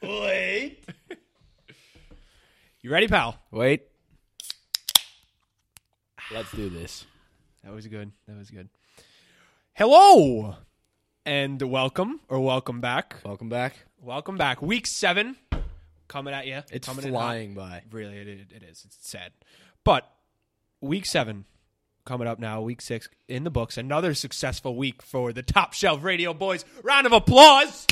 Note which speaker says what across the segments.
Speaker 1: Wait. You ready, pal?
Speaker 2: Wait. Let's do this.
Speaker 1: That was good. That was good. Hello and welcome or welcome back.
Speaker 2: Welcome back.
Speaker 1: Welcome back. Week seven coming at you.
Speaker 2: It's
Speaker 1: coming in hot.
Speaker 2: flying by.
Speaker 1: Really, it, it, it is. It's sad. But week seven coming up now, week six in the books. Another successful week for the Top Shelf Radio Boys. Round of applause.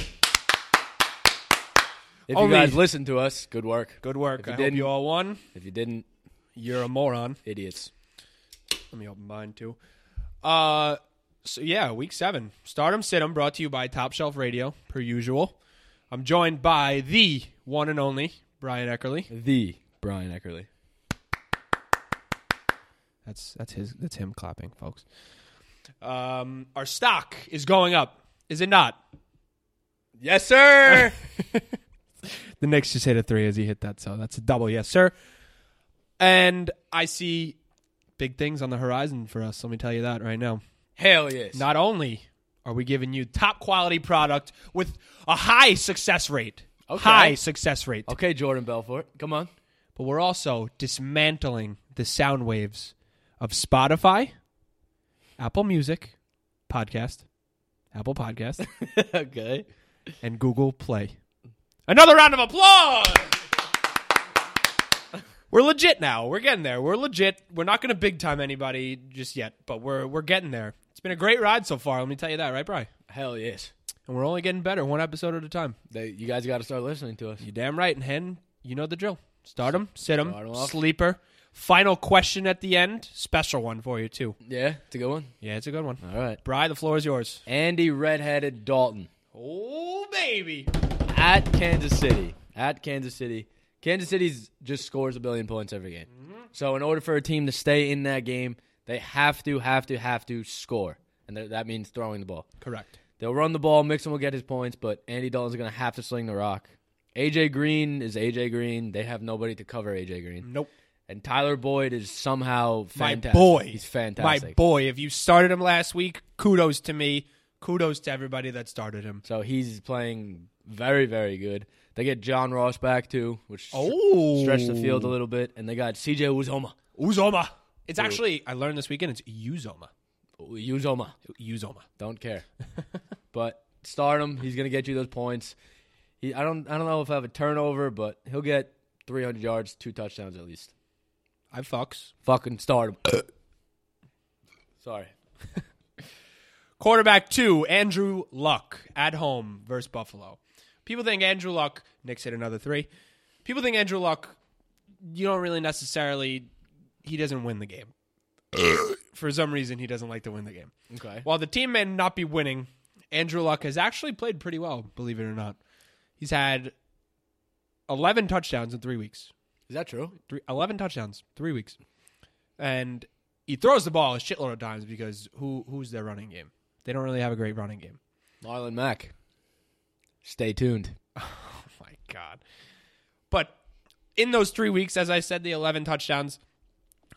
Speaker 2: If
Speaker 1: Only-
Speaker 2: you guys listened to us, good work.
Speaker 1: Good work.
Speaker 2: If you
Speaker 1: I hope
Speaker 2: didn't-
Speaker 1: you all won.
Speaker 2: If you didn't,
Speaker 1: You're a moron.
Speaker 2: idiots.
Speaker 1: Let me open mine too. Uh, so yeah, week seven. Stardom Situm brought to you by Top Shelf Radio, per usual. I'm joined by the one and only Brian Eckerly.
Speaker 2: The Brian Eckerly.
Speaker 1: That's that's his that's him clapping, folks. Um, our stock is going up, is it not?
Speaker 2: Yes, sir.
Speaker 1: The Knicks just hit a three as he hit that, so that's a double, yes, sir. And I see big things on the horizon for us. Let me tell you that right now.
Speaker 2: Hell yes.
Speaker 1: Not only are we giving you top quality product with a high success rate,
Speaker 2: Okay.
Speaker 1: high success rate,
Speaker 2: okay, Jordan Belfort. Come on.
Speaker 1: but we're also dismantling the sound waves of Spotify, Apple Music, podcast, Apple Podcast,
Speaker 2: okay.
Speaker 1: and Google Play. Another round of applause. We're legit now. We're getting there. We're legit. We're not going to big time anybody just yet, but we're we're getting there. It's been a great ride so far. Let me tell you that, right, Bry?
Speaker 2: Hell yes.
Speaker 1: And we're only getting better, one episode at a time.
Speaker 2: They, you guys got to start listening to us.
Speaker 1: You damn right. And Hen, you know the drill. Start 'em, sit 'em,
Speaker 2: Start 'em off.
Speaker 1: sleeper. Final question at the end. Special one for you too.
Speaker 2: Yeah, it's a good one.
Speaker 1: Yeah, it's a good one.
Speaker 2: All right.
Speaker 1: Bry, the floor is yours.
Speaker 2: Andy Redheaded Dalton
Speaker 1: Oh baby.
Speaker 2: at Kansas City. At Kansas City. Kansas City's just scores a billion points every game.
Speaker 1: Mm-hmm.
Speaker 2: So in order for a team to stay in that game, they have to, have to, have to score. And th- that means throwing the ball.
Speaker 1: Correct.
Speaker 2: They'll run the ball. Mixon will get his points, but Andy Dalton's going to have to sling the rock. AJ Green is AJ Green. They have nobody to cover AJ Green.
Speaker 1: Nope.
Speaker 2: And Tyler Boyd is somehow fantastic.
Speaker 1: My boy.
Speaker 2: He's fantastic.
Speaker 1: My boy. If you started him last week, kudos to me. Kudos to everybody that started him.
Speaker 2: So he's playing very, very good. They get John Ross back too, which
Speaker 1: Oh.
Speaker 2: stretched the field a little bit, and they got CJ Uzoma.
Speaker 1: Uzoma. It's actually I learned this weekend it's Uzoma.
Speaker 2: Uzoma,
Speaker 1: Uzoma.
Speaker 2: don't care. but stardom, he's gonna get you those points. He, I don't, I don't know if I have a turnover, but he'll get 300 yards, two touchdowns at least.
Speaker 1: I fucks.
Speaker 2: Fucking stardom. Sorry.
Speaker 1: Quarterback two, Andrew Luck at home versus Buffalo. People think Andrew Luck, Knicks hit another three. People think Andrew Luck, you don't really necessarily, he doesn't win the game. For some reason, he doesn't like to win the game.
Speaker 2: Okay.
Speaker 1: While the team may not be winning, Andrew Luck has actually played pretty well, believe it or not. He's had 11 touchdowns in three weeks.
Speaker 2: Is that true?
Speaker 1: Three, 11 touchdowns, three weeks. And he throws the ball a shitload of times because who who's their running game? They don't really have a great running game.
Speaker 2: Marlon Mack. Stay tuned.
Speaker 1: Oh my god. But in those 3 weeks as I said the 11 touchdowns,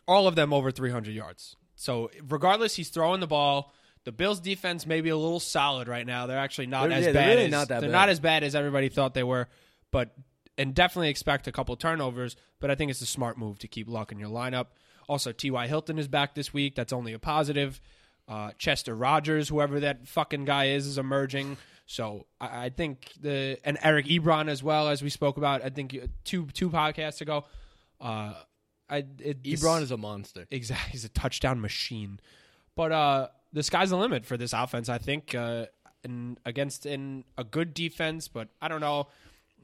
Speaker 1: all of them over 300 yards. So regardless he's throwing the ball, the Bills defense may be a little solid right now. They're actually not
Speaker 2: They're-
Speaker 1: as
Speaker 2: yeah, they're
Speaker 1: bad
Speaker 2: really
Speaker 1: as
Speaker 2: not that
Speaker 1: they're
Speaker 2: bad.
Speaker 1: not as bad as everybody thought they were, but and definitely expect a couple turnovers, but I think it's a smart move to keep Luck in your lineup. Also, T.Y. Hilton is back this week. That's only a positive. Uh, Chester Rogers, whoever that fucking guy is, is emerging. So I, I think the and Eric Ebron as well, as we spoke about, I think uh, two two podcasts ago. Uh, I it,
Speaker 2: Ebron is a monster.
Speaker 1: Exactly. He's a touchdown machine. But uh the sky's the limit for this offense, I think. Uh and against in a good defense, but I don't know.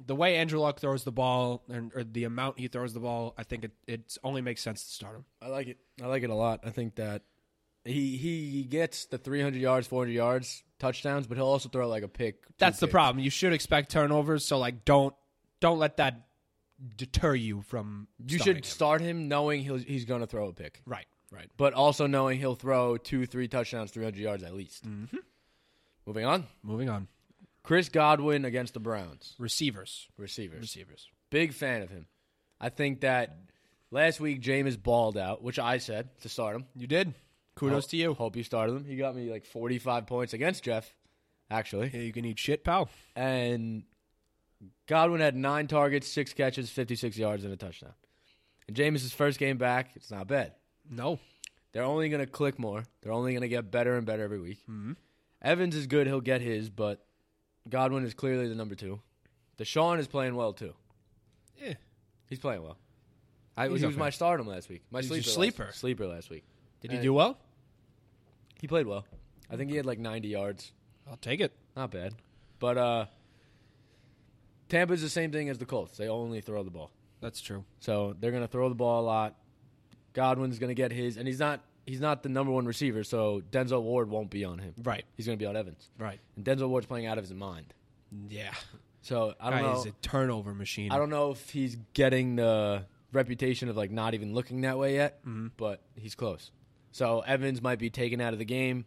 Speaker 1: The way Andrew Luck throws the ball and or the amount he throws the ball, I think it it's only makes sense to start him.
Speaker 2: I like it. I like it a lot. I think that he he gets the 300 yards, 400 yards, touchdowns, but he'll also throw like a pick. two
Speaker 1: That's the
Speaker 2: picks.
Speaker 1: problem. You should expect turnovers, so like don't don't let that deter you from
Speaker 2: You should
Speaker 1: starting him.
Speaker 2: start him knowing he'll, he's going to throw a pick,
Speaker 1: right, right.
Speaker 2: but also knowing he'll throw two, three touchdowns, 300 yards at least. Mm-hmm. Moving on,
Speaker 1: Moving on.
Speaker 2: Chris Godwin against the Browns
Speaker 1: Receivers.
Speaker 2: receivers.
Speaker 1: Receivers.
Speaker 2: Big fan of him. I think that last week Jameis balled out, which I said to start him.
Speaker 1: You did. Kudos to you.
Speaker 2: Hope you started him. He got me like 45 points against Jeff, actually.
Speaker 1: Yeah, you can eat shit, pal.
Speaker 2: and Godwin had nine targets, six catches, 56 yards, and a touchdown. And Jameis' first game back, it's not bad.
Speaker 1: No.
Speaker 2: They're only going to click more. They're only going to get better and better every week.
Speaker 1: Mm-hmm.
Speaker 2: Evans is good. He'll get his, but Godwin is clearly the number two. Deshaun is playing well, too.
Speaker 1: Yeah.
Speaker 2: He's playing well. I,
Speaker 1: He's
Speaker 2: he was
Speaker 1: okay.
Speaker 2: my stardom last week. My
Speaker 1: He's
Speaker 2: sleeper.
Speaker 1: your
Speaker 2: last-
Speaker 1: sleeper.
Speaker 2: sleeper last week.
Speaker 1: Did he
Speaker 2: Uh,
Speaker 1: do well?
Speaker 2: He played well. I think he had like 90 yards.
Speaker 1: I'll take it.
Speaker 2: Not bad. But uh Tampa's the same thing as the Colts. They only throw the ball.
Speaker 1: That's true.
Speaker 2: So they're going to throw the ball a lot. Godwin's going to get his and he's not he's not the number 1 receiver, so Denzel Ward won't be on him.
Speaker 1: Right.
Speaker 2: He's going to be on Evans.
Speaker 1: Right.
Speaker 2: And Denzel Ward's playing out of his mind.
Speaker 1: Yeah.
Speaker 2: So I
Speaker 1: Guy
Speaker 2: don't know
Speaker 1: is a turnover machine.
Speaker 2: I don't know if he's getting the reputation of like not even looking that way yet,
Speaker 1: Mm-hmm.
Speaker 2: but he's close. So Evans might be taken out of the game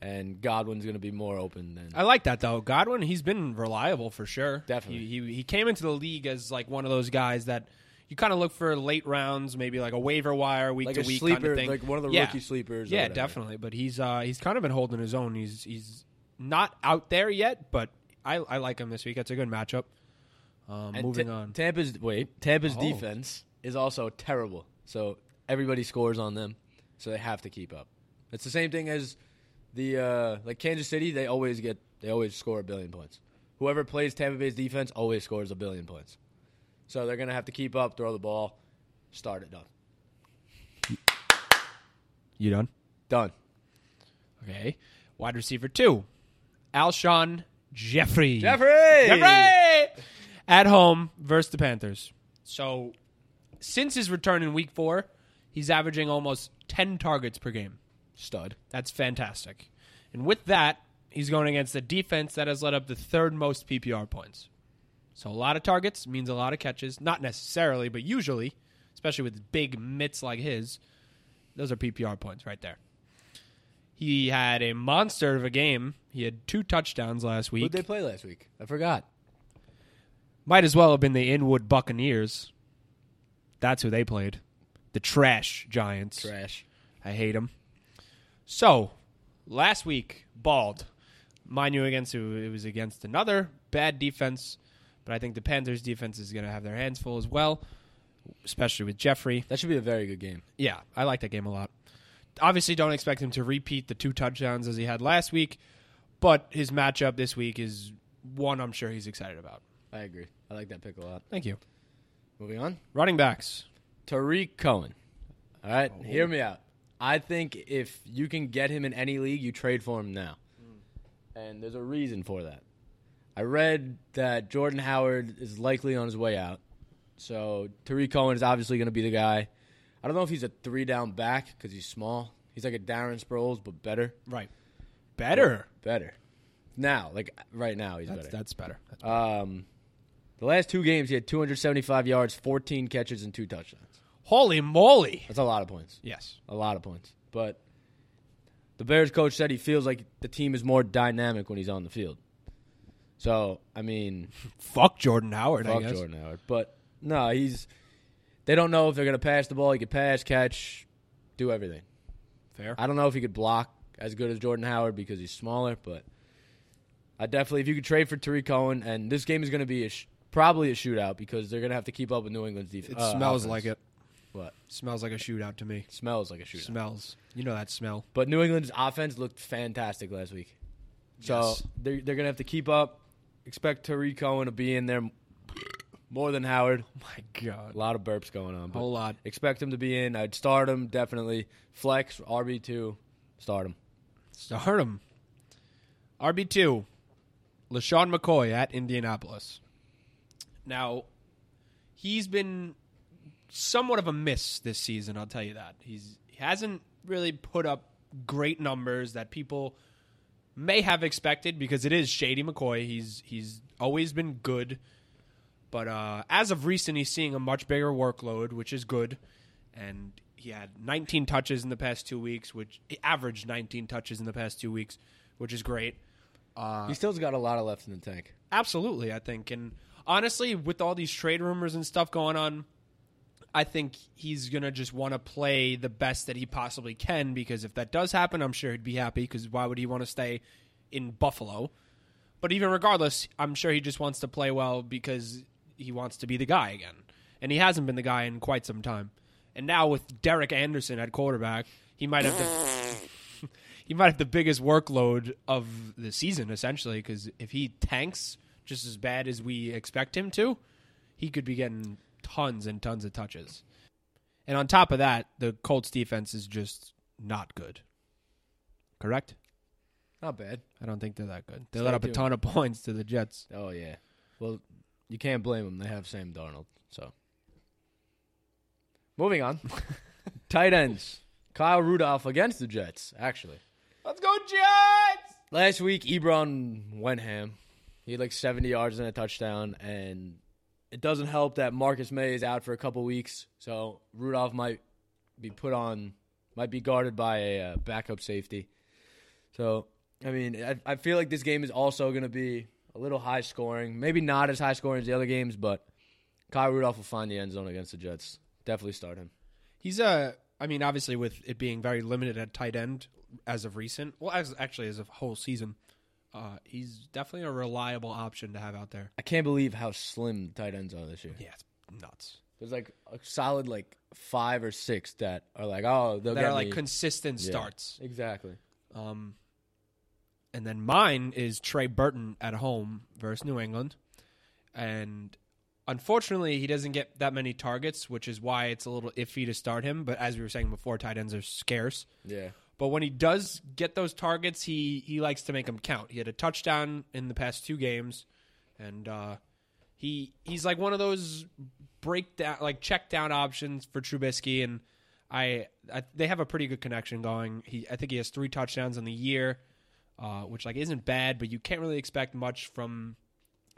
Speaker 2: and Godwin's going to be more open than
Speaker 1: I like that though. Godwin, he's been reliable for sure.
Speaker 2: Definitely.
Speaker 1: He, he he came into the league as like one of those guys that you kind of look for late rounds, maybe like a waiver wire week
Speaker 2: like
Speaker 1: to
Speaker 2: a
Speaker 1: week
Speaker 2: sleeper,
Speaker 1: kind of thing.
Speaker 2: like one of the
Speaker 1: yeah.
Speaker 2: rookie sleepers. or
Speaker 1: Yeah,
Speaker 2: whatever.
Speaker 1: definitely. But he's uh he's kind of been holding his own. He's he's not out there yet, but I I like him this week. That's a good matchup. Um,
Speaker 2: And
Speaker 1: moving
Speaker 2: Ta-
Speaker 1: on.
Speaker 2: Tampa's wait, Tampa's
Speaker 1: Oh.
Speaker 2: defense is also terrible. So everybody scores on them, so they have to keep up. It's the same thing as the uh, like Kansas City. They always get they always score a billion points. Whoever plays Tampa Bay's defense always scores a billion points. So they're gonna have to keep up, throw the ball, start it done,
Speaker 1: you done?
Speaker 2: done.
Speaker 1: Okay. Wide receiver two, Alshon Jeffrey.
Speaker 2: Jeffrey,
Speaker 1: Jeffrey! At home versus the Panthers. So, since his return in week four, he's averaging almost 10 targets per game.
Speaker 2: stud.
Speaker 1: That's fantastic. And with that, he's going against a defense that has led up the third most PPR points. So, a lot of targets means a lot of catches. Not necessarily, but usually, especially with big mitts like his, those are PPR points right there. He had a monster of a game. He had two touchdowns last week.
Speaker 2: Who'd they play last week? I forgot.
Speaker 1: Might as well have been the Inwood Buccaneers. That's who they played. The trash Giants.
Speaker 2: Trash.
Speaker 1: I hate them. So, last week, bald. Mind you, against it was against another bad defense, but I think the Panthers' defense is going to have their hands full as well, especially with Jeffrey.
Speaker 2: That should be a very good game.
Speaker 1: Yeah, I like that game a lot. Obviously, don't expect him to repeat the two touchdowns as he had last week, but his matchup this week is one I'm sure he's excited about.
Speaker 2: I agree. I like that pick a lot.
Speaker 1: Thank you.
Speaker 2: Moving on.
Speaker 1: Running backs.
Speaker 2: Tariq Cohen. All right, hear me out. I think if you can get him in any league, you trade for him now. And there's a reason for that. I read that Jordan Howard is likely on his way out. So Tariq Cohen is obviously going to be the guy. I don't know if he's a three down back because he's small. He's like a Darren Sproles, but better.
Speaker 1: Right. Better.
Speaker 2: Better. Now, like right now, he's
Speaker 1: That's
Speaker 2: better.
Speaker 1: that's better. That's
Speaker 2: Um, the last two games, he had 275 yards, 14 catches, and two touchdowns.
Speaker 1: Holy moly.
Speaker 2: That's a lot of points.
Speaker 1: Yes.
Speaker 2: a lot of points. But the Bears coach said he feels like the team is more dynamic when he's on the field. So I mean,
Speaker 1: Fuck Jordan Howard, I
Speaker 2: fuck
Speaker 1: guess.
Speaker 2: Jordan Howard, but no, he's. They don't know if they're gonna pass the ball. He could pass, catch, do everything.
Speaker 1: Fair.
Speaker 2: I don't know if he could block as good as Jordan Howard because he's smaller, but I definitely, if you could trade for Tariq Cohen, and this game is gonna be a sh- probably a shootout because they're gonna have to keep up with New England's uh, defense.
Speaker 1: it smells like it.
Speaker 2: What
Speaker 1: Smells like a shootout to me.
Speaker 2: smells like a shootout?
Speaker 1: Smells. You know that smell.
Speaker 2: But New England's offense looked fantastic last week. So
Speaker 1: Yes.
Speaker 2: they're, they're going to have to keep up. Expect Tariq Cohen to be in there more than Howard.
Speaker 1: My God.
Speaker 2: A lot of burps going on. But
Speaker 1: Whole lot.
Speaker 2: Expect him to be in. I'd start him, definitely. Flex, RB2, start him.
Speaker 1: Start him. RB two. LaShawn McCoy at Indianapolis. Now, he's been somewhat of a miss this season, I'll tell you that. He's he hasn't really put up great numbers that people may have expected because it is Shady McCoy. He's he's always been good, but uh, as of recent, he's seeing a much bigger workload, which is good. And he had 19 touches in the past two weeks, which he averaged 19 touches in the past two weeks, which is great.
Speaker 2: he still's got a lot of left in the tank.
Speaker 1: Absolutely, I think. And honestly, with all these trade rumors and stuff going on, I think he's going to just want to play the best that he possibly can because if that does happen, I'm sure he'd be happy because why would he want to stay in Buffalo? But even regardless, I'm sure he just wants to play well because he wants to be the guy again. And he hasn't been the guy in quite some time. And now with Derek Anderson at quarterback, he might have the he might have the biggest workload of the season essentially because if he tanks just as bad as we expect him to, he could be getting tons and tons of touches. And on top of that, the Colts defense is just not good. Correct?
Speaker 2: Not bad.
Speaker 1: I don't think they're that good. They
Speaker 2: So
Speaker 1: let
Speaker 2: they
Speaker 1: up a
Speaker 2: do.
Speaker 1: ton of points to the Jets.
Speaker 2: Oh yeah. Well, you can't blame them. They have Sam Darnold. So, moving on. Tight ends. Kyle Rudolph against the Jets. Actually,
Speaker 1: Let's go Jets!
Speaker 2: last week Ebron went ham. He had like 70 yards and a touchdown, and it doesn't help that Marcus May is out for a couple weeks. So Rudolph might be put on, might be guarded by a uh, backup safety. So, I mean, I, I feel like this game is also going to be a little high scoring. Maybe not as high scoring as the other games, but Kyle Rudolph will find the end zone against the Jets. Definitely start him.
Speaker 1: He's a I mean obviously with it being very limited at tight end as of recent, well as actually as of whole season, uh, he's definitely a reliable option to have out there.
Speaker 2: I can't believe how slim the tight ends are this year.
Speaker 1: Yeah, it's nuts.
Speaker 2: There's like a solid like five or six that are like, oh, they'll
Speaker 1: That
Speaker 2: get
Speaker 1: are like
Speaker 2: me.
Speaker 1: consistent starts.
Speaker 2: Exactly.
Speaker 1: Um, and then mine is Trey Burton at home versus New England. And unfortunately, he doesn't get that many targets, which is why it's a little iffy to start him. But as we were saying before, tight ends are scarce.
Speaker 2: Yeah.
Speaker 1: But when he does get those targets, he, he likes to make them count. He had a touchdown in the past two games, and uh, he he's like one of those breakdown like check down options for Trubisky, and I, I they have a pretty good connection going. He I think he has three touchdowns in the year, uh, which like isn't bad, but you can't really expect much from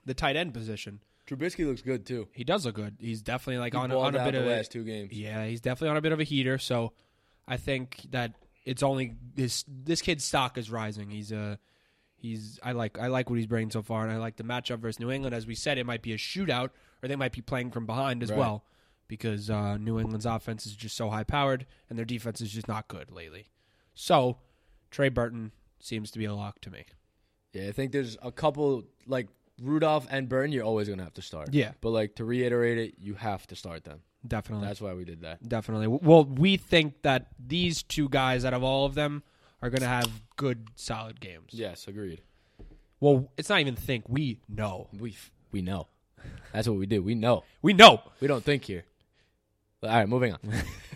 Speaker 1: the tight end position.
Speaker 2: Trubisky looks good too.
Speaker 1: He does look good. He's definitely like
Speaker 2: He
Speaker 1: on, a-
Speaker 2: balled
Speaker 1: on a
Speaker 2: out
Speaker 1: bit
Speaker 2: the
Speaker 1: of a-
Speaker 2: last two games.
Speaker 1: yeah, he's definitely on a bit of a heater. So I think that it's only this this kid's stock is rising. He's uh, he's I like I like what he's bringing so far, and I like the matchup versus New England. As we said, it might be a shootout, or they might be playing from behind as
Speaker 2: Right.
Speaker 1: well, because uh, New England's offense is just so high powered, and their defense is just not good lately. So Trey Burton seems to be a lock to me.
Speaker 2: Yeah, I think there's a couple like Rudolph and Burton. You're always gonna have to start.
Speaker 1: Yeah.
Speaker 2: but like to reiterate it, you have to start them.
Speaker 1: Definitely,
Speaker 2: That's why we did that.
Speaker 1: definitely. Well, we think that these two guys out of all of them are going to have good, solid games.
Speaker 2: Yes, agreed.
Speaker 1: Well, it's not even think. We know.
Speaker 2: We f- we know. That's what we do. We know.
Speaker 1: We know.
Speaker 2: We don't think here. All right, moving on.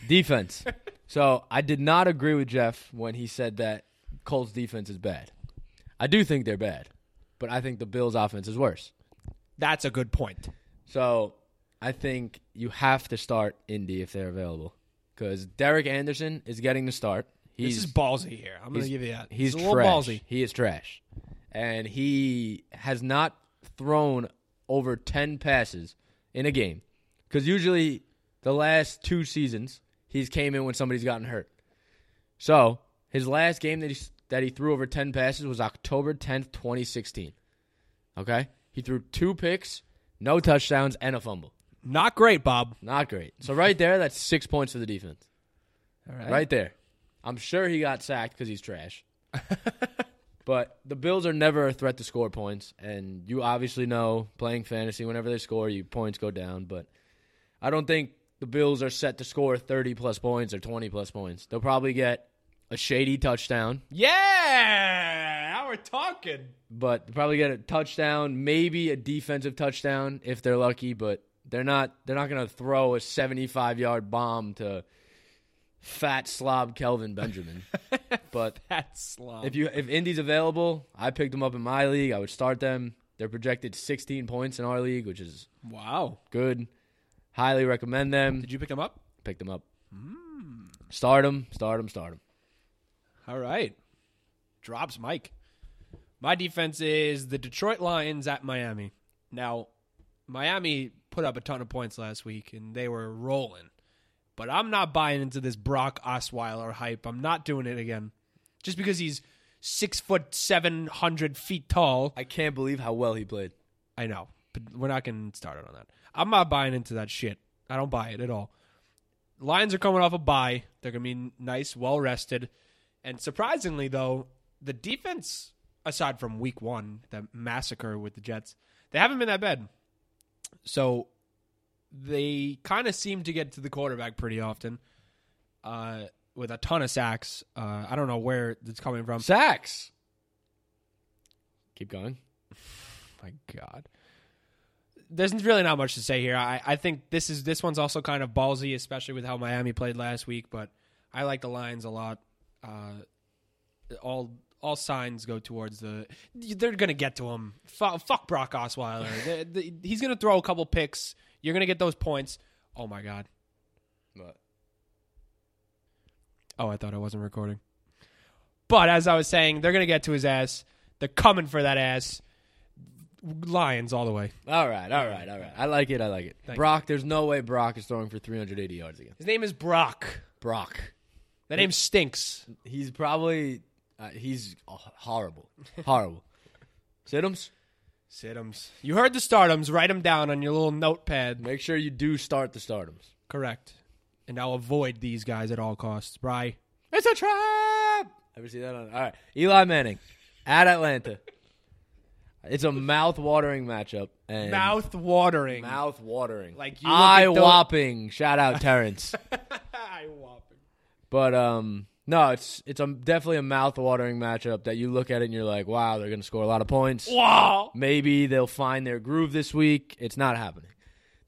Speaker 2: defense. So I did not agree with Jeff when he said that Colts defense is bad. I do think they're bad, but I think the Bills offense is worse.
Speaker 1: That's a good point.
Speaker 2: So I think you have to start Indy if they're available because Derek Anderson is getting the start. He's
Speaker 1: this is ballsy here. I'm going to
Speaker 2: he's-
Speaker 1: give you that.
Speaker 2: He's
Speaker 1: It's a little
Speaker 2: trash.
Speaker 1: ballsy.
Speaker 2: He is trash, and he has not thrown over ten passes in a game because usually the last two seasons he's came in when somebody's gotten hurt. So his last game that he that he threw over ten passes was October tenth, twenty sixteen. Okay, he threw two picks, no touchdowns, and a fumble.
Speaker 1: Not great, Bob.
Speaker 2: Not great. So right there, that's six points for the defense.
Speaker 1: All
Speaker 2: Right there. I'm sure he got sacked because he's trash. but the Bills are never a threat to score points, and you obviously know playing fantasy whenever they score, your points go down. But I don't think the Bills are set to score 30 plus points or 20 plus points. They'll probably get a shady touchdown,
Speaker 1: Yeah. Now we're talking.
Speaker 2: but they'll probably get a touchdown, maybe a defensive touchdown if they're lucky. But they're not. They're not going to throw a 75 yard bomb to fat slob Kelvin Benjamin. but
Speaker 1: That's slow.
Speaker 2: If you if Indy's available, I picked them up in my league. I would start them. They're projected 16 points in our league, which is
Speaker 1: wow.
Speaker 2: good. Highly recommend them.
Speaker 1: Did you pick them up?
Speaker 2: Pick them up. Start them. Start them. Start them.
Speaker 1: All right. Drops Mike. My defense is the Detroit Lions at Miami. Now, Miami put up a ton of points last week and they were rolling. But I'm not buying into this Brock Osweiler hype. I'm not doing it again. Just because he's six foot seven hundred feet tall.
Speaker 2: I can't believe how well he played.
Speaker 1: I know, but we're not getting started on that. I'm not buying into that shit. I don't buy it at all. Lions are coming off a bye. They're going to be nice, well rested. And surprisingly, though, the defense aside from week one, the massacre with the Jets, they haven't been that bad. So they kind of seem to get to the quarterback pretty often uh, with a ton of sacks. Uh, I don't know where it's coming from.
Speaker 2: Sacks. Keep going.
Speaker 1: My God. There's really not much to say here. I, I think this is this one's also kind of ballsy, especially with how Miami played last week. But I like the Lions a lot. Uh, all all signs go towards the they're gonna get to him. Fuck, fuck Brock Osweiler. They- they- he's gonna throw a couple picks. You're gonna get those points. Oh my God.
Speaker 2: But
Speaker 1: Oh, I thought I wasn't recording. But as I was saying, they're gonna get to his ass. They're coming for that ass. Lions all the way.
Speaker 2: all right, all right, all right. I like it. I like it.
Speaker 1: Thank
Speaker 2: Brock. There's no way Brock is throwing for 380 yards again.
Speaker 1: His name is Brock.
Speaker 2: Brock.
Speaker 1: That name stinks.
Speaker 2: He's probably uh, he's horrible, horrible. Sidums,
Speaker 1: Sidums. You heard the stardoms. Write them down on your little notepad.
Speaker 2: make sure you do start the stardoms.
Speaker 1: Correct. And I'll avoid these guys at all costs. Bry.
Speaker 2: It's a trap. Ever see that on? All right, Eli Manning at Atlanta. It's a mouth-watering matchup. And
Speaker 1: Mouth watering.
Speaker 2: mouth-watering.
Speaker 1: Like you look at
Speaker 2: eye
Speaker 1: those-
Speaker 2: whopping. Shout out Terrence.
Speaker 1: I whopping.
Speaker 2: but um, no, it's it's a, definitely a mouth-watering matchup that you look at it and you're like, wow, they're gonna score a lot of points.
Speaker 1: Wow.
Speaker 2: Maybe they'll find their groove this week. It's not happening.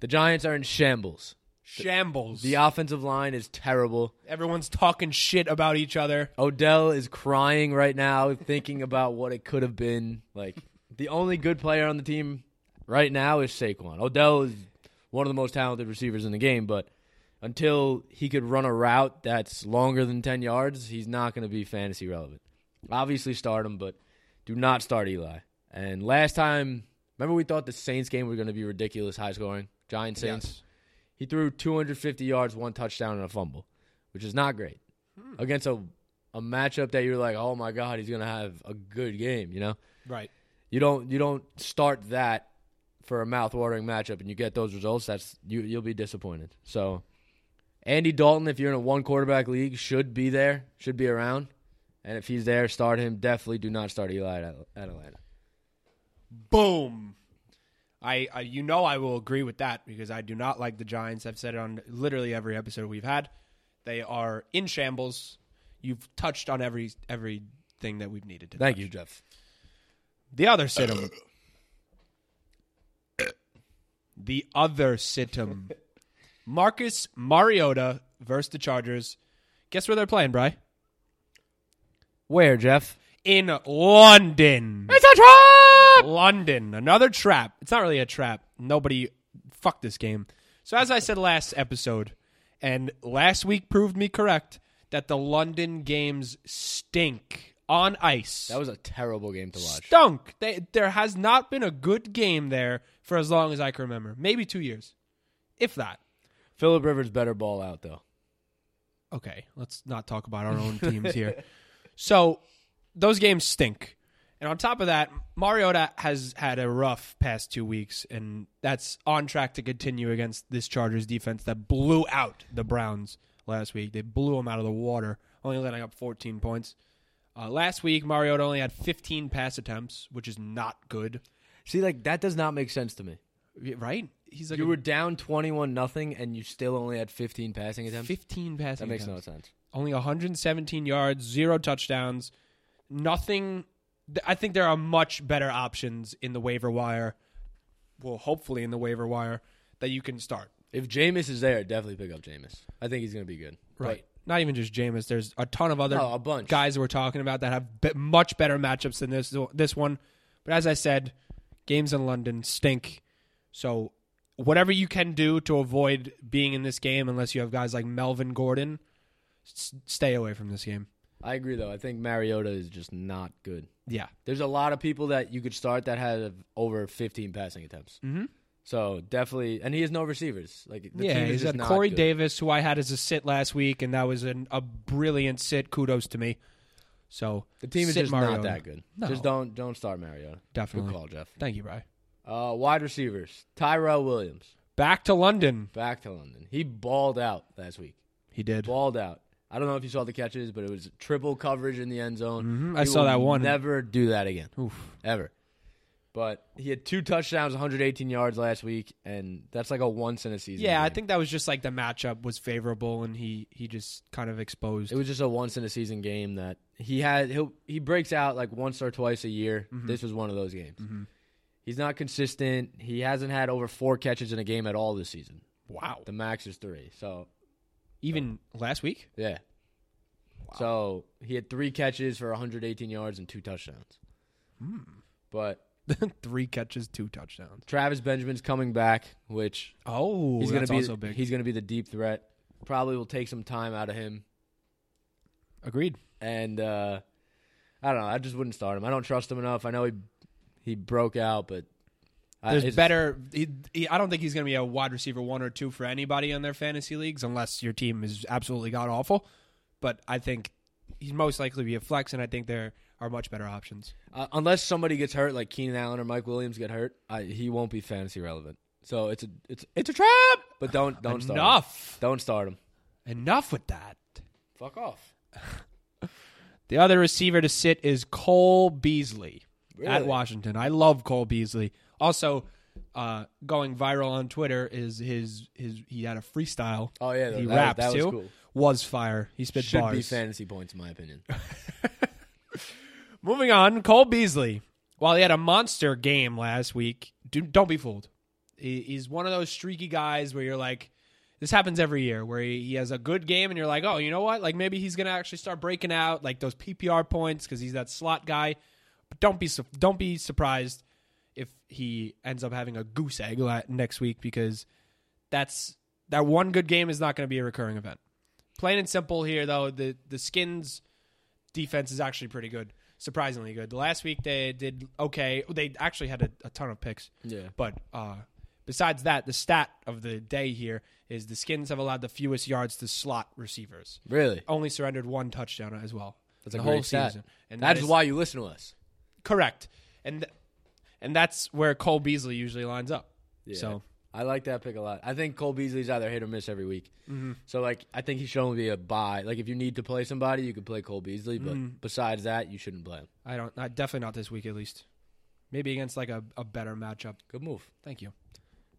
Speaker 2: The Giants are in shambles.
Speaker 1: Shambles.
Speaker 2: The offensive line is terrible.
Speaker 1: Everyone's talking shit about each other.
Speaker 2: Odell is crying right now, thinking about what it could have been. Like the only good player on the team right now is Saquon. Odell is one of the most talented receivers in the game, but until he could run a route that's longer than ten yards, he's not going to be fantasy relevant. Obviously, start him, but do not start Eli. And last time, remember we thought the Saints game was going to be ridiculous, high scoring. Giants Saints. He threw 250 yards, one touchdown, and a fumble, which is not great against a a matchup that you're like, oh my god, he's gonna have a good game. You know,
Speaker 1: Right.
Speaker 2: you don't you don't start that for a mouth-watering matchup, and you get those results. That's you you'll be disappointed. So, Andy Dalton, if you're in a one quarterback league, should be there, should be around, and if he's there, start him. Definitely do not start Eli at, at Atlanta.
Speaker 1: Boom. I, I you know I will agree with that because I do not like the Giants. I've said it on literally every episode we've had. They are in shambles. You've touched on every everything that we've needed to.
Speaker 2: Thank you, Jeff.
Speaker 1: The other situm. the other situm. Marcus Mariota versus the Chargers. Guess where they're playing, Bry?
Speaker 2: Where, Jeff?
Speaker 1: In London.
Speaker 2: It's a trap.
Speaker 1: London. Another trap. It's not really a trap. Nobody fuck this game. So as I said last episode, and last week proved me correct that the London games stink on ice.
Speaker 2: That was a terrible game to watch.
Speaker 1: stunk. They, there has not been a good game there for as long as I can remember. Maybe two years, if that.
Speaker 2: Philip Rivers better ball out though.
Speaker 1: Okay, let's not talk about our own teams here. So those games stink. And on top of that, Mariota has had a rough past two weeks, and that's on track to continue against this Chargers defense that blew out the Browns last week. They blew them out of the water, only letting up 14 points. Uh, last week, Mariota only had 15 pass attempts, which is not good.
Speaker 2: See, like that does not make sense to me.
Speaker 1: Yeah, Right? He's like
Speaker 2: You
Speaker 1: a
Speaker 2: were down twenty-one nothing, and you still only had fifteen passing attempts.
Speaker 1: 15 passing
Speaker 2: that makes no
Speaker 1: attempts.
Speaker 2: sense.
Speaker 1: Only 117 yards, zero touchdowns, nothing. th- I think there are much better options in the waiver wire. Well, hopefully in the waiver wire that you can start.
Speaker 2: If Jameis is there, definitely pick up Jameis. I think he's gonna be good.
Speaker 1: Not even just Jameis. There's a ton of other
Speaker 2: No, a bunch.
Speaker 1: guys that we're talking about that have be- much better matchups than this this one. But as I said, games in London stink. So whatever you can do to avoid being in this game, unless you have guys like Melvin Gordon, s- stay away from this game.
Speaker 2: But I agree though. I think Mariota is just not good.
Speaker 1: Yeah.
Speaker 2: There's a lot of people that you could start that have over fifteen passing attempts. Mm-hmm. So definitely, and he has no receivers. Like the
Speaker 1: yeah,
Speaker 2: team is
Speaker 1: he's
Speaker 2: just
Speaker 1: got
Speaker 2: not
Speaker 1: Corey
Speaker 2: good.
Speaker 1: Davis, who I had as a sit last week, and that was an, a brilliant sit. Kudos to me. So
Speaker 2: The team is
Speaker 1: sit
Speaker 2: just
Speaker 1: Mariota.
Speaker 2: not that good.
Speaker 1: No.
Speaker 2: Just don't don't start Mariota.
Speaker 1: Definitely.
Speaker 2: Good call, Jeff.
Speaker 1: Thank you, Bry.
Speaker 2: Uh, wide receivers: Tyrell Williams
Speaker 1: Back to London.
Speaker 2: back to London. He balled out last week.
Speaker 1: He did.
Speaker 2: balled out. I don't know if you saw the catches, but it was triple coverage in the end zone.
Speaker 1: Mhm. I
Speaker 2: He
Speaker 1: saw
Speaker 2: will
Speaker 1: that one.
Speaker 2: Never do that again.
Speaker 1: Oof.
Speaker 2: Ever. But he had two touchdowns, 118 yards last week, and that's like a once in a season.
Speaker 1: Yeah, I
Speaker 2: game.
Speaker 1: think that was just like the matchup was favorable, and he he just kind of exposed.
Speaker 2: It was just a once in a season game that he had. He he breaks out like once or twice a year.
Speaker 1: Mm-hmm.
Speaker 2: This was one of those games. He's not consistent. He hasn't had over four catches in a game at all this season.
Speaker 1: wow,
Speaker 2: The max is three. So
Speaker 1: even last week.
Speaker 2: yeah. So he had three catches for 118 yards and two touchdowns.
Speaker 1: Hmm.
Speaker 2: But
Speaker 1: Three catches, two touchdowns.
Speaker 2: Travis Benjamin's coming back, which
Speaker 1: Oh,
Speaker 2: he's going
Speaker 1: that's
Speaker 2: to be.
Speaker 1: also big.
Speaker 2: He's going to be the deep threat. Probably will take some time out of him.
Speaker 1: Agreed.
Speaker 2: and uh, I don't know. I just wouldn't start him. I don't trust him enough. I know he he broke out, but I-
Speaker 1: There's
Speaker 2: it's-
Speaker 1: better. He, he- I don't think he's going to be a wide receiver one or two for anybody on their fantasy leagues, unless your team is absolutely god awful. But I think he's most likely to be a flex, and I think there are much better options.
Speaker 2: Uh, unless somebody gets hurt, like Keenan Allen or Mike Williams get hurt, I, he won't be fantasy relevant. So it's a it's it's a trap. But don't don't start him.
Speaker 1: Enough,
Speaker 2: Don't start him.
Speaker 1: enough with that.
Speaker 2: Fuck off.
Speaker 1: The other receiver to sit is Cole Beasley
Speaker 2: Really?
Speaker 1: at Washington. I love Cole Beasley. Also, uh, going viral on Twitter is his his he had a freestyle.
Speaker 2: Oh, yeah,
Speaker 1: he
Speaker 2: that-
Speaker 1: raps
Speaker 2: that was
Speaker 1: too.
Speaker 2: cool.
Speaker 1: Was fire. He spit
Speaker 2: Should
Speaker 1: bars.
Speaker 2: be fantasy points in my opinion.
Speaker 1: Moving on, Cole Beasley. While he had a monster game last week, do, don't be fooled. He, he's one of those streaky guys where you're like, this happens every year, where he, he has a good game and you're like, oh, you know what? Like maybe he's gonna actually start breaking out like those PPR points because he's that slot guy. But don't be su- don't be surprised if he ends up having a goose egg la- next week because that's that one good game is not going to be a recurring event. Plain and simple here, though the the skins defense is actually pretty good, surprisingly good. The last week they did okay. They actually had a, a ton of picks.
Speaker 2: Yeah.
Speaker 1: But uh, besides that, the stat of the day here is the Skins have allowed the fewest yards to slot receivers.
Speaker 2: Really,
Speaker 1: Only surrendered one touchdown as well.
Speaker 2: that's a
Speaker 1: the
Speaker 2: great
Speaker 1: whole
Speaker 2: stat.
Speaker 1: season,
Speaker 2: And
Speaker 1: that
Speaker 2: that's
Speaker 1: is-
Speaker 2: why you listen to us.
Speaker 1: correct, and th- and that's where Cole Beasley usually lines up. So
Speaker 2: I like that pick a lot. I think Cole Beasley's either hit or miss every week.
Speaker 1: Mm-hmm.
Speaker 2: So like I think he should only be a buy. Like if you need to play somebody, you could play Cole Beasley, but
Speaker 1: Mm-hmm.
Speaker 2: besides that, you shouldn't play him.
Speaker 1: I don't, I, definitely not this week at least. Maybe against like a, a better matchup.
Speaker 2: Good move.
Speaker 1: Thank you.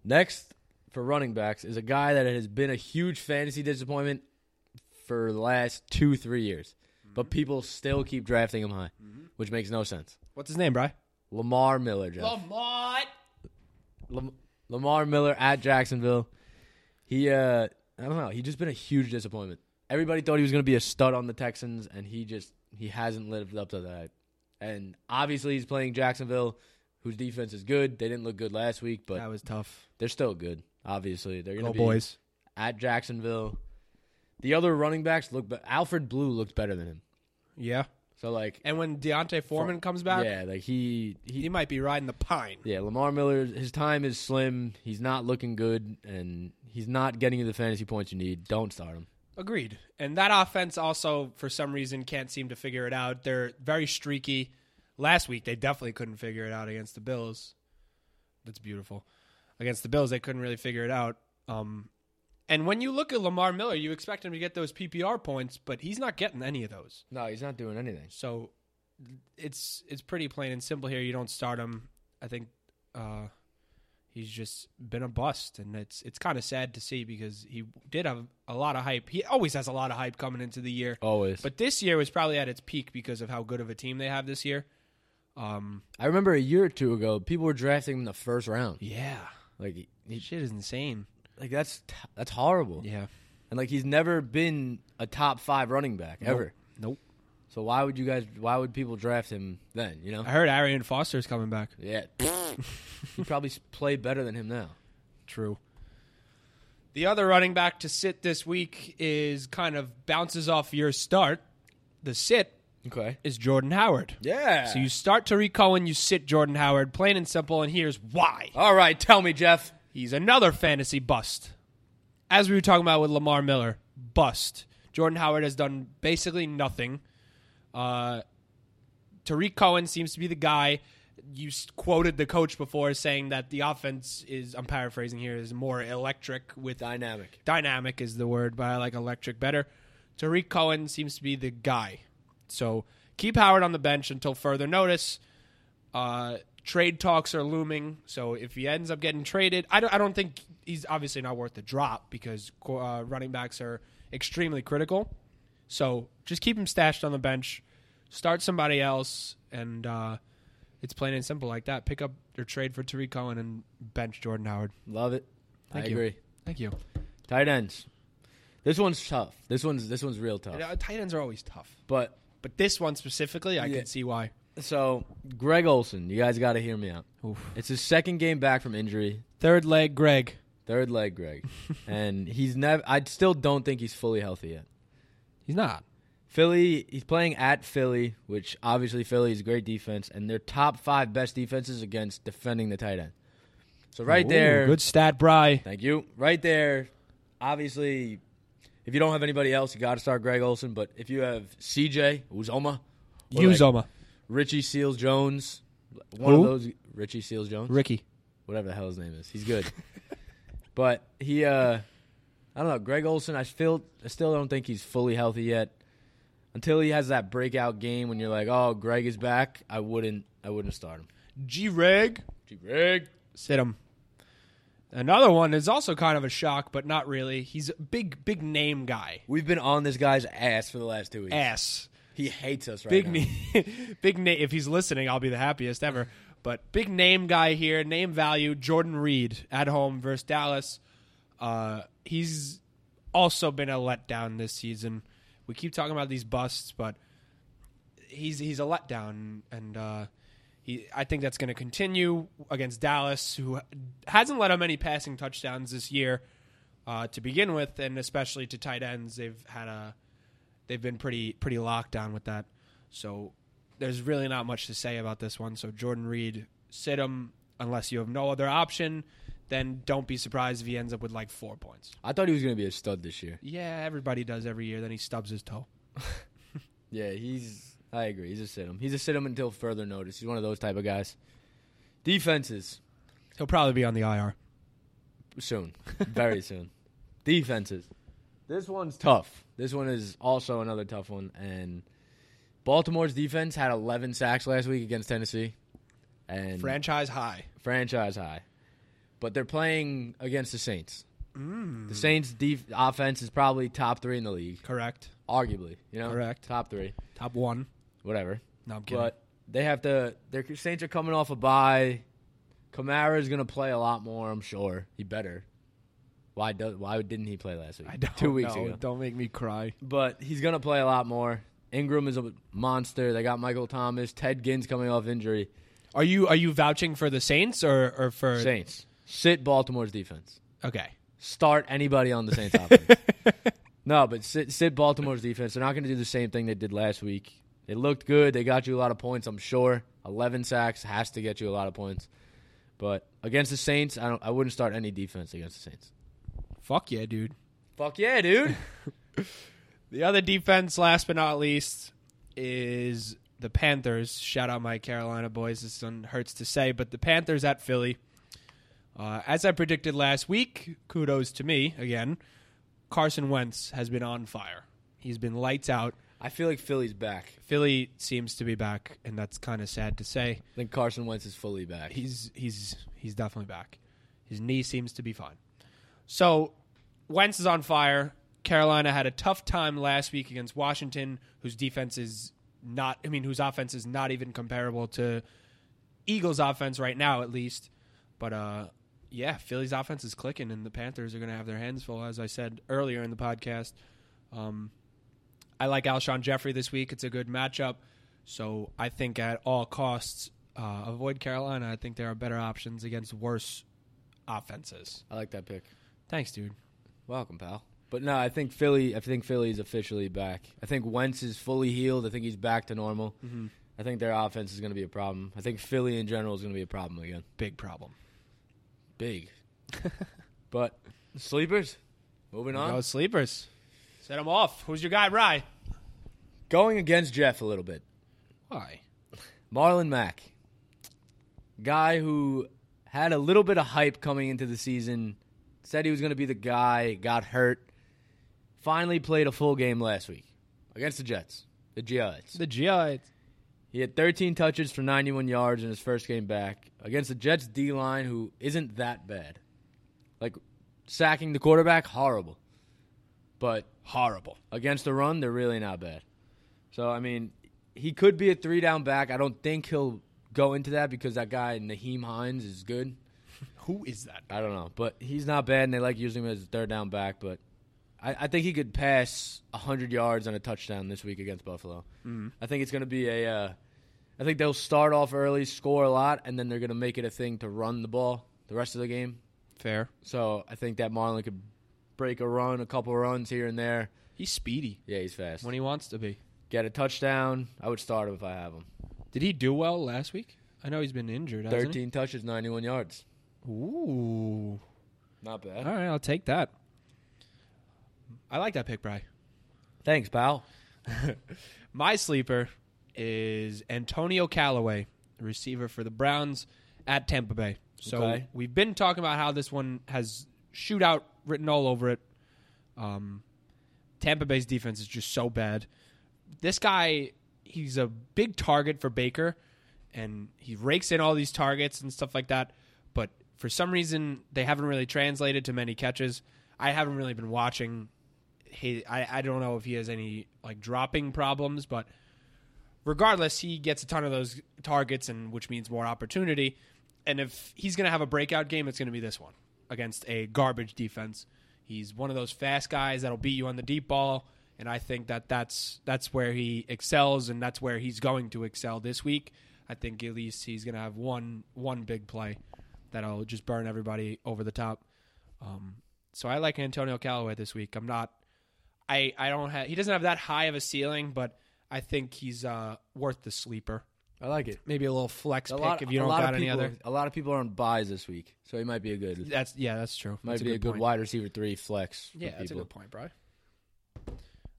Speaker 2: Next for running backs is a guy that has been a huge fantasy disappointment for the last 2-3 years.
Speaker 1: Mm-hmm.
Speaker 2: But people still keep drafting him high, which makes no sense.
Speaker 1: What's his name, Bry?
Speaker 2: Lamar Miller, Jeff.
Speaker 1: Lamont.
Speaker 2: Lam- Lamar Miller at Jacksonville. He, uh, I don't know. He just been a huge disappointment. Everybody thought he was going to be a stud on the Texans, and he just he hasn't lived up to that. And obviously, he's playing Jacksonville, whose defense is good. They didn't look good last week, but
Speaker 1: That was tough.
Speaker 2: they're still good. Obviously, they're going
Speaker 1: Go
Speaker 2: to be
Speaker 1: boys.
Speaker 2: at Jacksonville. The other running backs look, but Alfred Blue looked better than him.
Speaker 1: Yeah.
Speaker 2: So like,
Speaker 1: And when Deontay Foreman comes back,
Speaker 2: yeah, like he he
Speaker 1: he might be riding the pine.
Speaker 2: Yeah, Lamar Miller, his time is slim. He's not looking good, and he's not getting you the fantasy points you need. Don't start him.
Speaker 1: Agreed. And that offense also, for some reason, can't seem to figure it out. They're very streaky. Last week, they definitely couldn't figure it out against the Bills. That's beautiful. Against the Bills, they couldn't really figure it out. Um, and when you look at Lamar Miller, you expect him to get those PPR points, but he's not getting any of those.
Speaker 2: No, he's not doing anything.
Speaker 1: So it's it's pretty plain and simple here. You don't start him. I think uh, he's just been a bust, and it's it's kind of sad to see because he did have a lot of hype. He always has a lot of hype coming into the year,
Speaker 2: Always. But
Speaker 1: but this year was probably at its peak because of how good of a team they have this year. Um,
Speaker 2: I remember a year or two ago, people were drafting him in the first round.
Speaker 1: yeah,
Speaker 2: Like, he-
Speaker 1: shit is insane.
Speaker 2: like that's t- that's horrible.
Speaker 1: Yeah,
Speaker 2: And like, he's never been a top five running back ever.
Speaker 1: nope.
Speaker 2: So why would you guys? Why would people draft him then? You know?
Speaker 1: I heard Arian Foster's coming back.
Speaker 2: Yeah. he probably s- play better than him now.
Speaker 1: True. The other running back to sit this week is kind of bounces off your start. The sit
Speaker 2: Okay.
Speaker 1: is Jordan Howard.
Speaker 2: Yeah.
Speaker 1: So you start Tariq Cohen, you sit Jordan Howard, plain and simple, and here's why.
Speaker 2: All right, tell me, Jeff.
Speaker 1: He's another fantasy bust. As we were talking about with Lamar Miller, bust. Jordan Howard has done basically nothing. Uh, Tariq Cohen seems to be the guy. You s- quoted the coach before saying that the offense is, I'm paraphrasing here, is more electric with
Speaker 2: Dynamic.
Speaker 1: dynamic is the word, but I like electric better. Tariq Cohen seems to be the guy. So keep Howard on the bench until further notice. Uh, trade talks are looming. So if he ends up getting traded, I don't, I don't think he's obviously not worth the drop because uh, running backs are extremely critical. So just keep him stashed on the bench, start somebody else, and uh, it's plain and simple like that. Pick up or trade for Tariq Cohen and bench Jordan Howard.
Speaker 2: Love it.
Speaker 1: Thank
Speaker 2: I
Speaker 1: you.
Speaker 2: agree.
Speaker 1: Thank you.
Speaker 2: Tight ends. This one's tough. This one's this one's real tough.
Speaker 1: Uh, tight ends are always tough,
Speaker 2: But
Speaker 1: but this one specifically, I
Speaker 2: Yeah.
Speaker 1: can see why.
Speaker 2: so Greg Olson, you guys got to hear me out. It's his second game back from injury,
Speaker 1: Third leg, Greg.
Speaker 2: third leg, Greg, and he's never. I still don't think he's fully healthy yet.
Speaker 1: He's not.
Speaker 2: Philly, he's playing at Philly, which obviously Philly is great defense, and their top five best defenses against defending the tight end. So right
Speaker 1: Ooh,
Speaker 2: there,
Speaker 1: Good stat, Bry.
Speaker 2: thank you. Right there, obviously, if you don't have anybody else, you got to start Greg Olson. But if you have CJ Uzoma, or like
Speaker 1: Uzoma.
Speaker 2: Richie Seals Jones, one
Speaker 1: Who?
Speaker 2: of those Richie Seals Jones,
Speaker 1: Ricky.
Speaker 2: whatever the hell his name is, he's good. but he, uh, I don't know, Greg Olson. I still, I still don't think he's fully healthy yet. Until he has that breakout game when you're like, oh, Greg is back. I wouldn't, I wouldn't start him.
Speaker 1: G Reg.
Speaker 2: Gee, Greg,
Speaker 1: Sit him. Another one is also kind of a shock, but not really. He's a big, big name guy.
Speaker 2: we've been on this guy's ass for the last two weeks.
Speaker 1: Ass.
Speaker 2: He hates us right
Speaker 1: Big
Speaker 2: now.
Speaker 1: name. big name. If he's listening, I'll be the happiest ever. But big name guy here. Name value. Jordan Reed at home versus Dallas. Uh, he's also been a letdown this season. We keep talking about these busts, but he's he's a letdown, and uh, he I think that's going to continue against Dallas, who hasn't let up many passing touchdowns this year uh, to begin with, and especially to tight ends, they've had a they've been pretty pretty locked down with that. So there's really not much to say about this one. So Jordan Reed, sit him unless you have no other option. Then don't be surprised if he ends up with like four points.
Speaker 2: I thought he was going to be a stud this year.
Speaker 1: Yeah, everybody does every year. Then he stubs his toe.
Speaker 2: Yeah, he's. I agree. He's a sit him. He's a sit him until further notice. He's one of those type of guys. Defenses
Speaker 1: He'll probably be on the IR.
Speaker 2: soon, very soon. Defenses. This one's tough. This one is also another tough one. And Baltimore's defense had 11 sacks last week against Tennessee, and
Speaker 1: Franchise high.
Speaker 2: franchise high. But they're playing against the Saints. The Saints' def- offense is probably top three in the league,
Speaker 1: Correct.
Speaker 2: arguably. You know,
Speaker 1: Correct.
Speaker 2: Top three,
Speaker 1: Top one.
Speaker 2: whatever.
Speaker 1: No, I'm kidding.
Speaker 2: But they have to. Their Saints are coming off a bye. Kamara's going to play a lot more. I'm sure he better. Why does? Why didn't he play last week?
Speaker 1: I don't
Speaker 2: Two weeks
Speaker 1: know.
Speaker 2: ago.
Speaker 1: Don't make me cry.
Speaker 2: But he's going to play a lot more. Ingram is a monster. They got Michael Thomas. Ted Ginn's coming off injury.
Speaker 1: Are you are you vouching for the Saints or or for
Speaker 2: Saints sit Baltimore's defense.
Speaker 1: Okay.
Speaker 2: Start anybody on the Saints offense. No, but sit, sit Baltimore's defense. They're not going to do the same thing they did last week. They looked good. They got you a lot of points, I'm sure. 11 sacks has to get you a lot of points. But against the Saints, I, don't, I wouldn't start any defense against the Saints.
Speaker 1: Fuck yeah, dude.
Speaker 2: Fuck yeah, dude.
Speaker 1: The other defense, last but not least, is the Panthers. Shout out my Carolina boys. This one hurts to say, but the Panthers at Philly. Uh, as I predicted last week, kudos to me again. Carson Wentz has been on fire. He's been lights out.
Speaker 2: I feel like Philly's back.
Speaker 1: Philly seems to be back, and that's kind of sad to say.
Speaker 2: I think Carson Wentz is fully back.
Speaker 1: he's he's he's definitely back. His knee seems to be fine. So Wentz is on fire. Carolina had a tough time last week against Washington, whose defense is not I mean, whose offense is not even comparable to Eagles offense right now at least. But uh yeah, Philly's offense is clicking and the Panthers are gonna have their hands full, as I said earlier in the podcast. Um I like Alshon Jeffrey this week. It's a good matchup. So I think at all costs, uh, avoid Carolina. I think there are better options against worse offenses.
Speaker 2: I like that pick.
Speaker 1: Thanks, dude.
Speaker 2: Welcome, pal. But no, I think Philly. I think Philly's officially back. I think Wentz is fully healed. I think he's back to normal. I think their offense is going to be a problem. I think Philly in general is going to be a problem again.
Speaker 1: Big problem.
Speaker 2: big. but sleepers, moving on.
Speaker 1: Go sleepers. Set them off. Who's your guy, Rye?
Speaker 2: Going against Jeff a little bit.
Speaker 1: Why?
Speaker 2: Marlon Mack, guy who had a little bit of hype coming into the season, said he was going to be the guy, got hurt. finally played a full game last week against the Jets, the Jets.
Speaker 1: The Giants.
Speaker 2: He had 13 touches for 91 yards in his first game back against the Jets D line, who isn't that bad. Like sacking the quarterback, horrible, but
Speaker 1: Horrible.
Speaker 2: against the run, they're really not bad. So I mean, he could be a three down back. I don't think he'll go into that because that guy Naheem Hines is good.
Speaker 1: Who is that?
Speaker 2: I don't know, but he's not bad, and they like using him as a third down back. But I, I think he could pass hundred yards and a touchdown this week against Buffalo. I think it's going to be a. Uh, I think they'll start off early, score a lot, and then they're going to make it a thing to run the ball the rest of the game.
Speaker 1: Fair.
Speaker 2: So I think that Marlon could break a run, a couple runs here and there.
Speaker 1: He's speedy
Speaker 2: Yeah, he's fast.
Speaker 1: when he wants to be.
Speaker 2: Get a touchdown. I would start him if I have him.
Speaker 1: Did he do well last week? I know he's been injured. Hasn't
Speaker 2: 13 touches, 91 yards.
Speaker 1: He? Ooh.
Speaker 2: Not
Speaker 1: All
Speaker 2: bad.
Speaker 1: right, I'll take that. I like that pick, Bry.
Speaker 2: Thanks, pal.
Speaker 1: My sleeper is Antonio Callaway, receiver for the Browns at Tampa Bay. So
Speaker 2: Okay.
Speaker 1: we've been talking about how this one has shootout written all over it. Um, Tampa Bay's defense is just so bad. This guy, he's a big target for Baker, and he rakes in all these targets and stuff like that. But for some reason, they haven't really translated to many catches. I haven't really been watching. He, I, I don't know if he has any like dropping problems, but regardless, he gets a ton of those targets, and which means more opportunity. And if he's going to have a breakout game, it's going to be this one against a garbage defense. He's one of those fast guys that'll beat you on the deep ball, and I think that that's that's where he excels, and that's where he's going to excel this week. I think at least he's going to have one one big play that'll just burn everybody over the top. Um, so I like Antonio Callaway this week. I'm not. I I don't have. He doesn't have that high of a ceiling, but I think he's uh, worth the sleeper.
Speaker 2: I like it.
Speaker 1: Maybe a little flex
Speaker 2: A
Speaker 1: pick
Speaker 2: lot,
Speaker 1: if you
Speaker 2: a
Speaker 1: don't
Speaker 2: lot
Speaker 1: got
Speaker 2: of
Speaker 1: any
Speaker 2: people,
Speaker 1: other.
Speaker 2: A lot of people are on buys this week, so he might be a good.
Speaker 1: That's yeah, that's true.
Speaker 2: Might
Speaker 1: that's
Speaker 2: be a good,
Speaker 1: point.
Speaker 2: wide receiver three flex. for
Speaker 1: Yeah, that's a
Speaker 2: people.
Speaker 1: good point, bro. All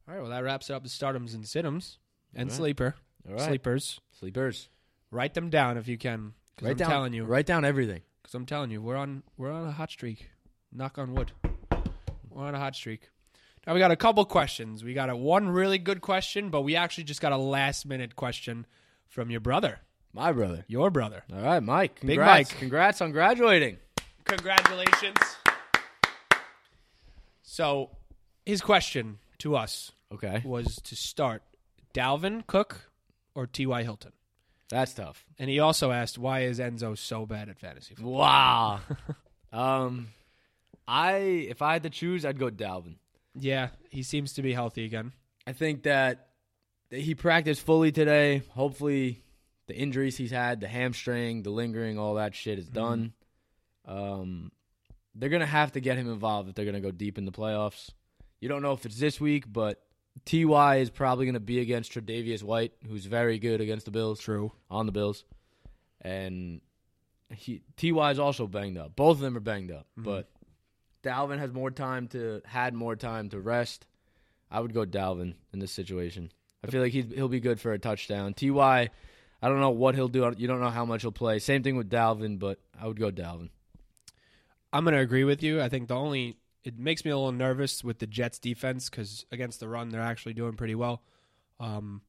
Speaker 1: right, well that wraps up the stardoms and situms and
Speaker 2: All right.
Speaker 1: sleeper
Speaker 2: All right,
Speaker 1: sleepers.
Speaker 2: sleepers.
Speaker 1: Write them down if you can. Because
Speaker 2: Write
Speaker 1: I'm
Speaker 2: down,
Speaker 1: telling you.
Speaker 2: Write down everything.
Speaker 1: Because I'm telling you, we're on we're on a hot streak. Knock on wood. We're on a hot streak. Now we got a couple questions. We got a one really good question, but we actually just got a last minute question from your brother,
Speaker 2: My brother.
Speaker 1: your brother.
Speaker 2: All right, Mike.
Speaker 1: Big
Speaker 2: Congrats.
Speaker 1: Mike.
Speaker 2: Congrats on graduating.
Speaker 1: Congratulations. So, his question to us
Speaker 2: Okay,
Speaker 1: was to start Dalvin Cook or T.Y. Hilton.
Speaker 2: that's tough.
Speaker 1: And he also asked, why is Enzo so bad at fantasy football?
Speaker 2: Wow. um, I if I had to choose, I'd go Dalvin.
Speaker 1: Yeah, he seems to be healthy again.
Speaker 2: I think that that he practiced fully today. Hopefully, the injuries he's had, the hamstring, the lingering, all that shit is done. Um, they're gonna have to get him involved if they're gonna go deep in the playoffs. You don't know if it's this week, but Ty is probably gonna be against Tre'Davious White, who's very good against the Bills
Speaker 1: True.
Speaker 2: on the Bills, and he Ty is also banged up. Both of them are banged up, but Dalvin has more time to had more time to rest. I would go Dalvin in this situation. I feel like he's, he'll be good for a touchdown. Ty, I don't know what he'll do. You don't know how much he'll play. Same thing with Dalvin, but I would go Dalvin.
Speaker 1: I'm going to agree with you. I think the only it makes me a little nervous with the Jets defense because against the run they're actually doing pretty well. Um,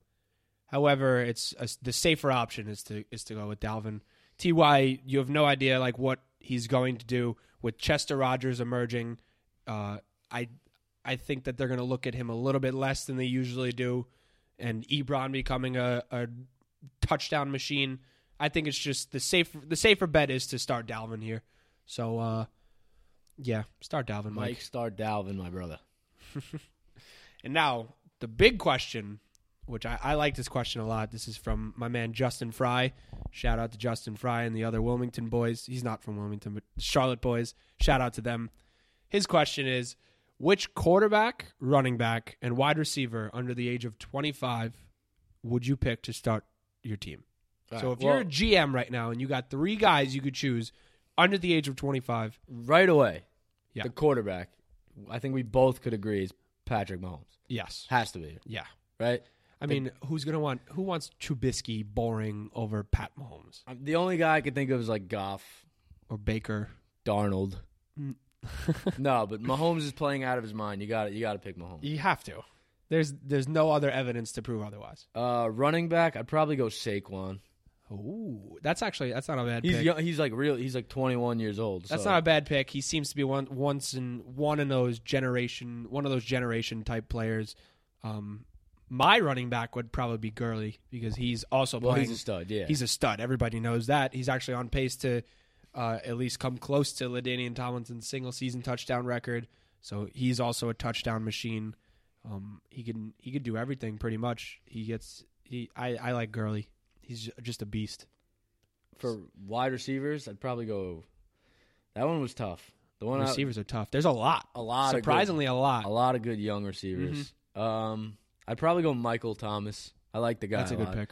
Speaker 1: however, it's a, the safer option is to is to go with Dalvin. Ty, you have no idea like what he's going to do with Chester Rogers emerging. Uh, I I think that they're going to look at him a little bit less than they usually do, and Ebron becoming a, a touchdown machine. I think it's just the safe the safer bet is to start Dalvin here. So uh, yeah, start Dalvin,
Speaker 2: Mike,
Speaker 1: Mike.
Speaker 2: Star Dalvin, my brother.
Speaker 1: And now the big question, which I, I like this question a lot. This is from my man Justin Fry. Shout out to Justin Fry and the other Wilmington boys. He's not from Wilmington, but Charlotte boys. Shout out to them. His question is which quarterback, running back, and wide receiver under the age of 25 would you pick to start your team? so if you're a GM right now and you got three guys you could choose under the age of 25,
Speaker 2: right away,
Speaker 1: Yeah.
Speaker 2: the quarterback, I think we both could agree is Patrick Mahomes.
Speaker 1: yes.
Speaker 2: Has to be
Speaker 1: Yeah.
Speaker 2: right.
Speaker 1: I mean, who's gonna want who wants Trubisky boring over Pat Mahomes
Speaker 2: Um, The only guy I could think of is like Goff,
Speaker 1: or Baker?
Speaker 2: Darnold, no, but Mahomes is playing out of his mind. You got You got to pick Mahomes.
Speaker 1: You have to. There's there's no other evidence to prove otherwise.
Speaker 2: Uh, running back, I'd probably go Saquon.
Speaker 1: Ooh, that's actually that's not a bad
Speaker 2: He's
Speaker 1: pick.
Speaker 2: young, he's like real. He's like 21 years old.
Speaker 1: That's
Speaker 2: so-
Speaker 1: not a bad pick. He seems to be one once in one of those generation one of those generation type players. Um, my running back would probably be Gurley because he's also
Speaker 2: Well,
Speaker 1: playing.
Speaker 2: he's a stud. Yeah.
Speaker 1: He's a stud. Everybody knows that. He's actually on pace to uh, at least come close to Ladainian Tomlinson's single season touchdown record. So he's also a touchdown machine. Um, he can he could do everything pretty much. He gets he I, I like Gurley. He's just a beast.
Speaker 2: for wide receivers, I'd probably go. That one was tough. The one I-
Speaker 1: Receivers are tough. There's a lot.
Speaker 2: Uh, a lot of good-
Speaker 1: Surprisingly Mm-hmm. a lot.
Speaker 2: a lot of good young receivers. Um, I'd probably go Michael Thomas. I like the guy.
Speaker 1: That's a good
Speaker 2: lot.
Speaker 1: pick.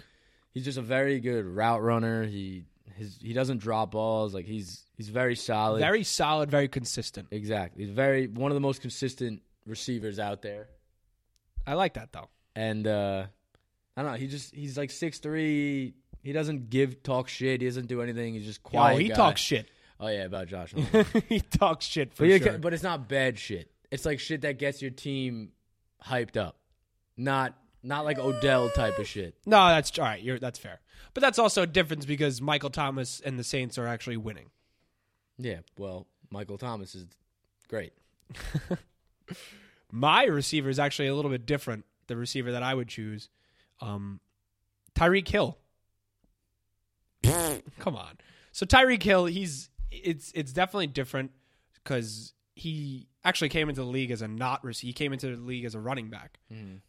Speaker 2: He's just a very good route runner. He his he doesn't drop balls. Like he's he's very solid.
Speaker 1: Very solid, very consistent.
Speaker 2: exactly. He's very one of the most consistent receivers out there.
Speaker 1: I like that though.
Speaker 2: And uh I don't know. He just he's like six three. He doesn't give talk shit. He doesn't do anything. He's just quiet.
Speaker 1: oh, he
Speaker 2: guy.
Speaker 1: talks shit.
Speaker 2: Oh yeah, about Josh. Allen.
Speaker 1: he talks shit for
Speaker 2: but, you
Speaker 1: sure.
Speaker 2: ca- but it's not bad shit. It's like shit that gets your team hyped up. Not not like Odell type of shit.
Speaker 1: No, that's all right. You're that's fair. But that's also a difference because Michael Thomas and the Saints are actually winning.
Speaker 2: Yeah, well, Michael Thomas is great.
Speaker 1: My receiver is actually a little bit different. The receiver that I would choose, um, Tyreek Hill. Come on. So Tyreek Hill, he's it's it's definitely different because he actually came into the league as a not receiver. He came into the league as a running back,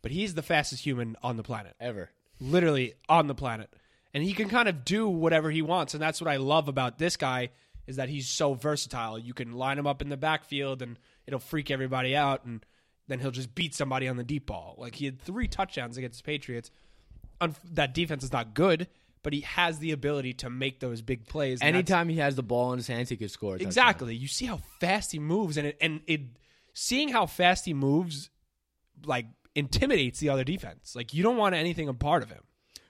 Speaker 1: but he's the fastest human on the planet.
Speaker 2: Ever.
Speaker 1: literally on the planet and he can kind of do whatever he wants and that's what i love about this guy is that he's so versatile you can line him up in the backfield and it'll freak everybody out and then he'll just beat somebody on the deep ball like he had three touchdowns against the patriots Unf- that defense is not good but he has the ability to make those big plays and that's-
Speaker 2: Anytime he has the ball in his hands, he could score. a touchdown.
Speaker 1: Exactly. You see how fast he moves, and it, and it seeing how fast he moves, like intimidates the other defense. Like you don't want anything a part of him.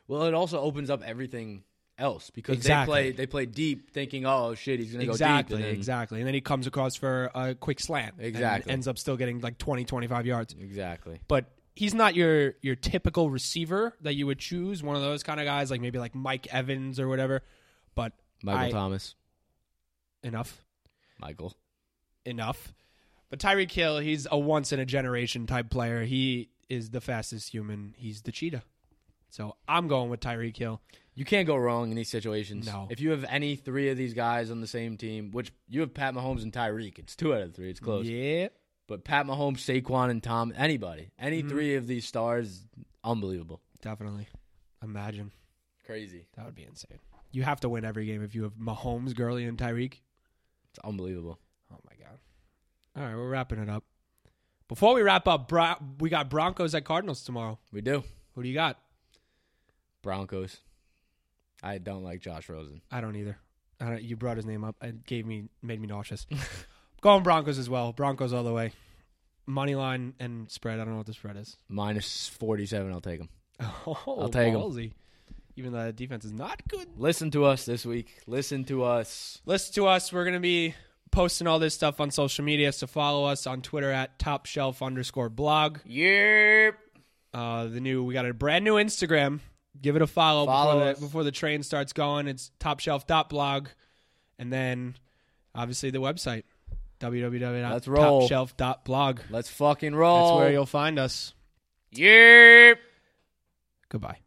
Speaker 2: Well, it also opens up everything else because
Speaker 1: Exactly.
Speaker 2: they play they play deep, thinking, oh shit, he's gonna
Speaker 1: Exactly,
Speaker 2: go deep. and then-
Speaker 1: exactly. And then he comes across for a quick slant. and
Speaker 2: Exactly.
Speaker 1: ends up still getting like 20, 25 yards.
Speaker 2: Exactly.
Speaker 1: But he's not your your typical receiver that you would choose, one of those kind of guys, like maybe like Mike Evans or whatever. But
Speaker 2: Michael
Speaker 1: I-
Speaker 2: Thomas.
Speaker 1: enough.
Speaker 2: Michael.
Speaker 1: Enough. But Tyreek Hill, he's a once in a generation type player. He is the fastest human. He's the cheetah. So I'm going with Tyreek Hill.
Speaker 2: You can't go wrong in these situations.
Speaker 1: No.
Speaker 2: If you have any three of these guys on the same team, which you have Pat Mahomes and Tyreek, it's two out of three. It's close.
Speaker 1: Yeah.
Speaker 2: But Pat Mahomes, Saquon, and Tom, anybody, any
Speaker 1: Mm-hmm.
Speaker 2: three of these stars, unbelievable,
Speaker 1: Definitely. Imagine.
Speaker 2: crazy,
Speaker 1: That would be insane. You have to win every game if you have Mahomes, Gurley, and Tyreek.
Speaker 2: it's unbelievable.
Speaker 1: Oh my god! All right, we're wrapping it up. Before we wrap up, Bro- we got Broncos at Cardinals tomorrow.
Speaker 2: We do
Speaker 1: Who do you got?
Speaker 2: Broncos. I don't like Josh Rosen.
Speaker 1: I don't either. I don't, you brought his name up. It gave me made me nauseous. Going Broncos as well. Broncos all the way. Money line and spread. I don't know what the spread is.
Speaker 2: Minus forty-seven, I'll take him.
Speaker 1: Oh,
Speaker 2: I'll take 'em.
Speaker 1: ballsy. Even though the defense is not good.
Speaker 2: Listen to us this week. Listen to us.
Speaker 1: Listen to us. We're gonna be posting all this stuff on social media. So follow us on Twitter at Top Shelf underscore blog.
Speaker 2: Yep.
Speaker 1: Uh, the new we got a brand new Instagram. Give it a follow,
Speaker 2: Follow
Speaker 1: before
Speaker 2: us.
Speaker 1: the before the train starts going. It's topshelf.blog and then obviously the website
Speaker 2: Let's roll.
Speaker 1: www.topshelf.blog.
Speaker 2: Let's fucking roll.
Speaker 1: That's where you'll find us.
Speaker 2: Yep.
Speaker 1: Goodbye.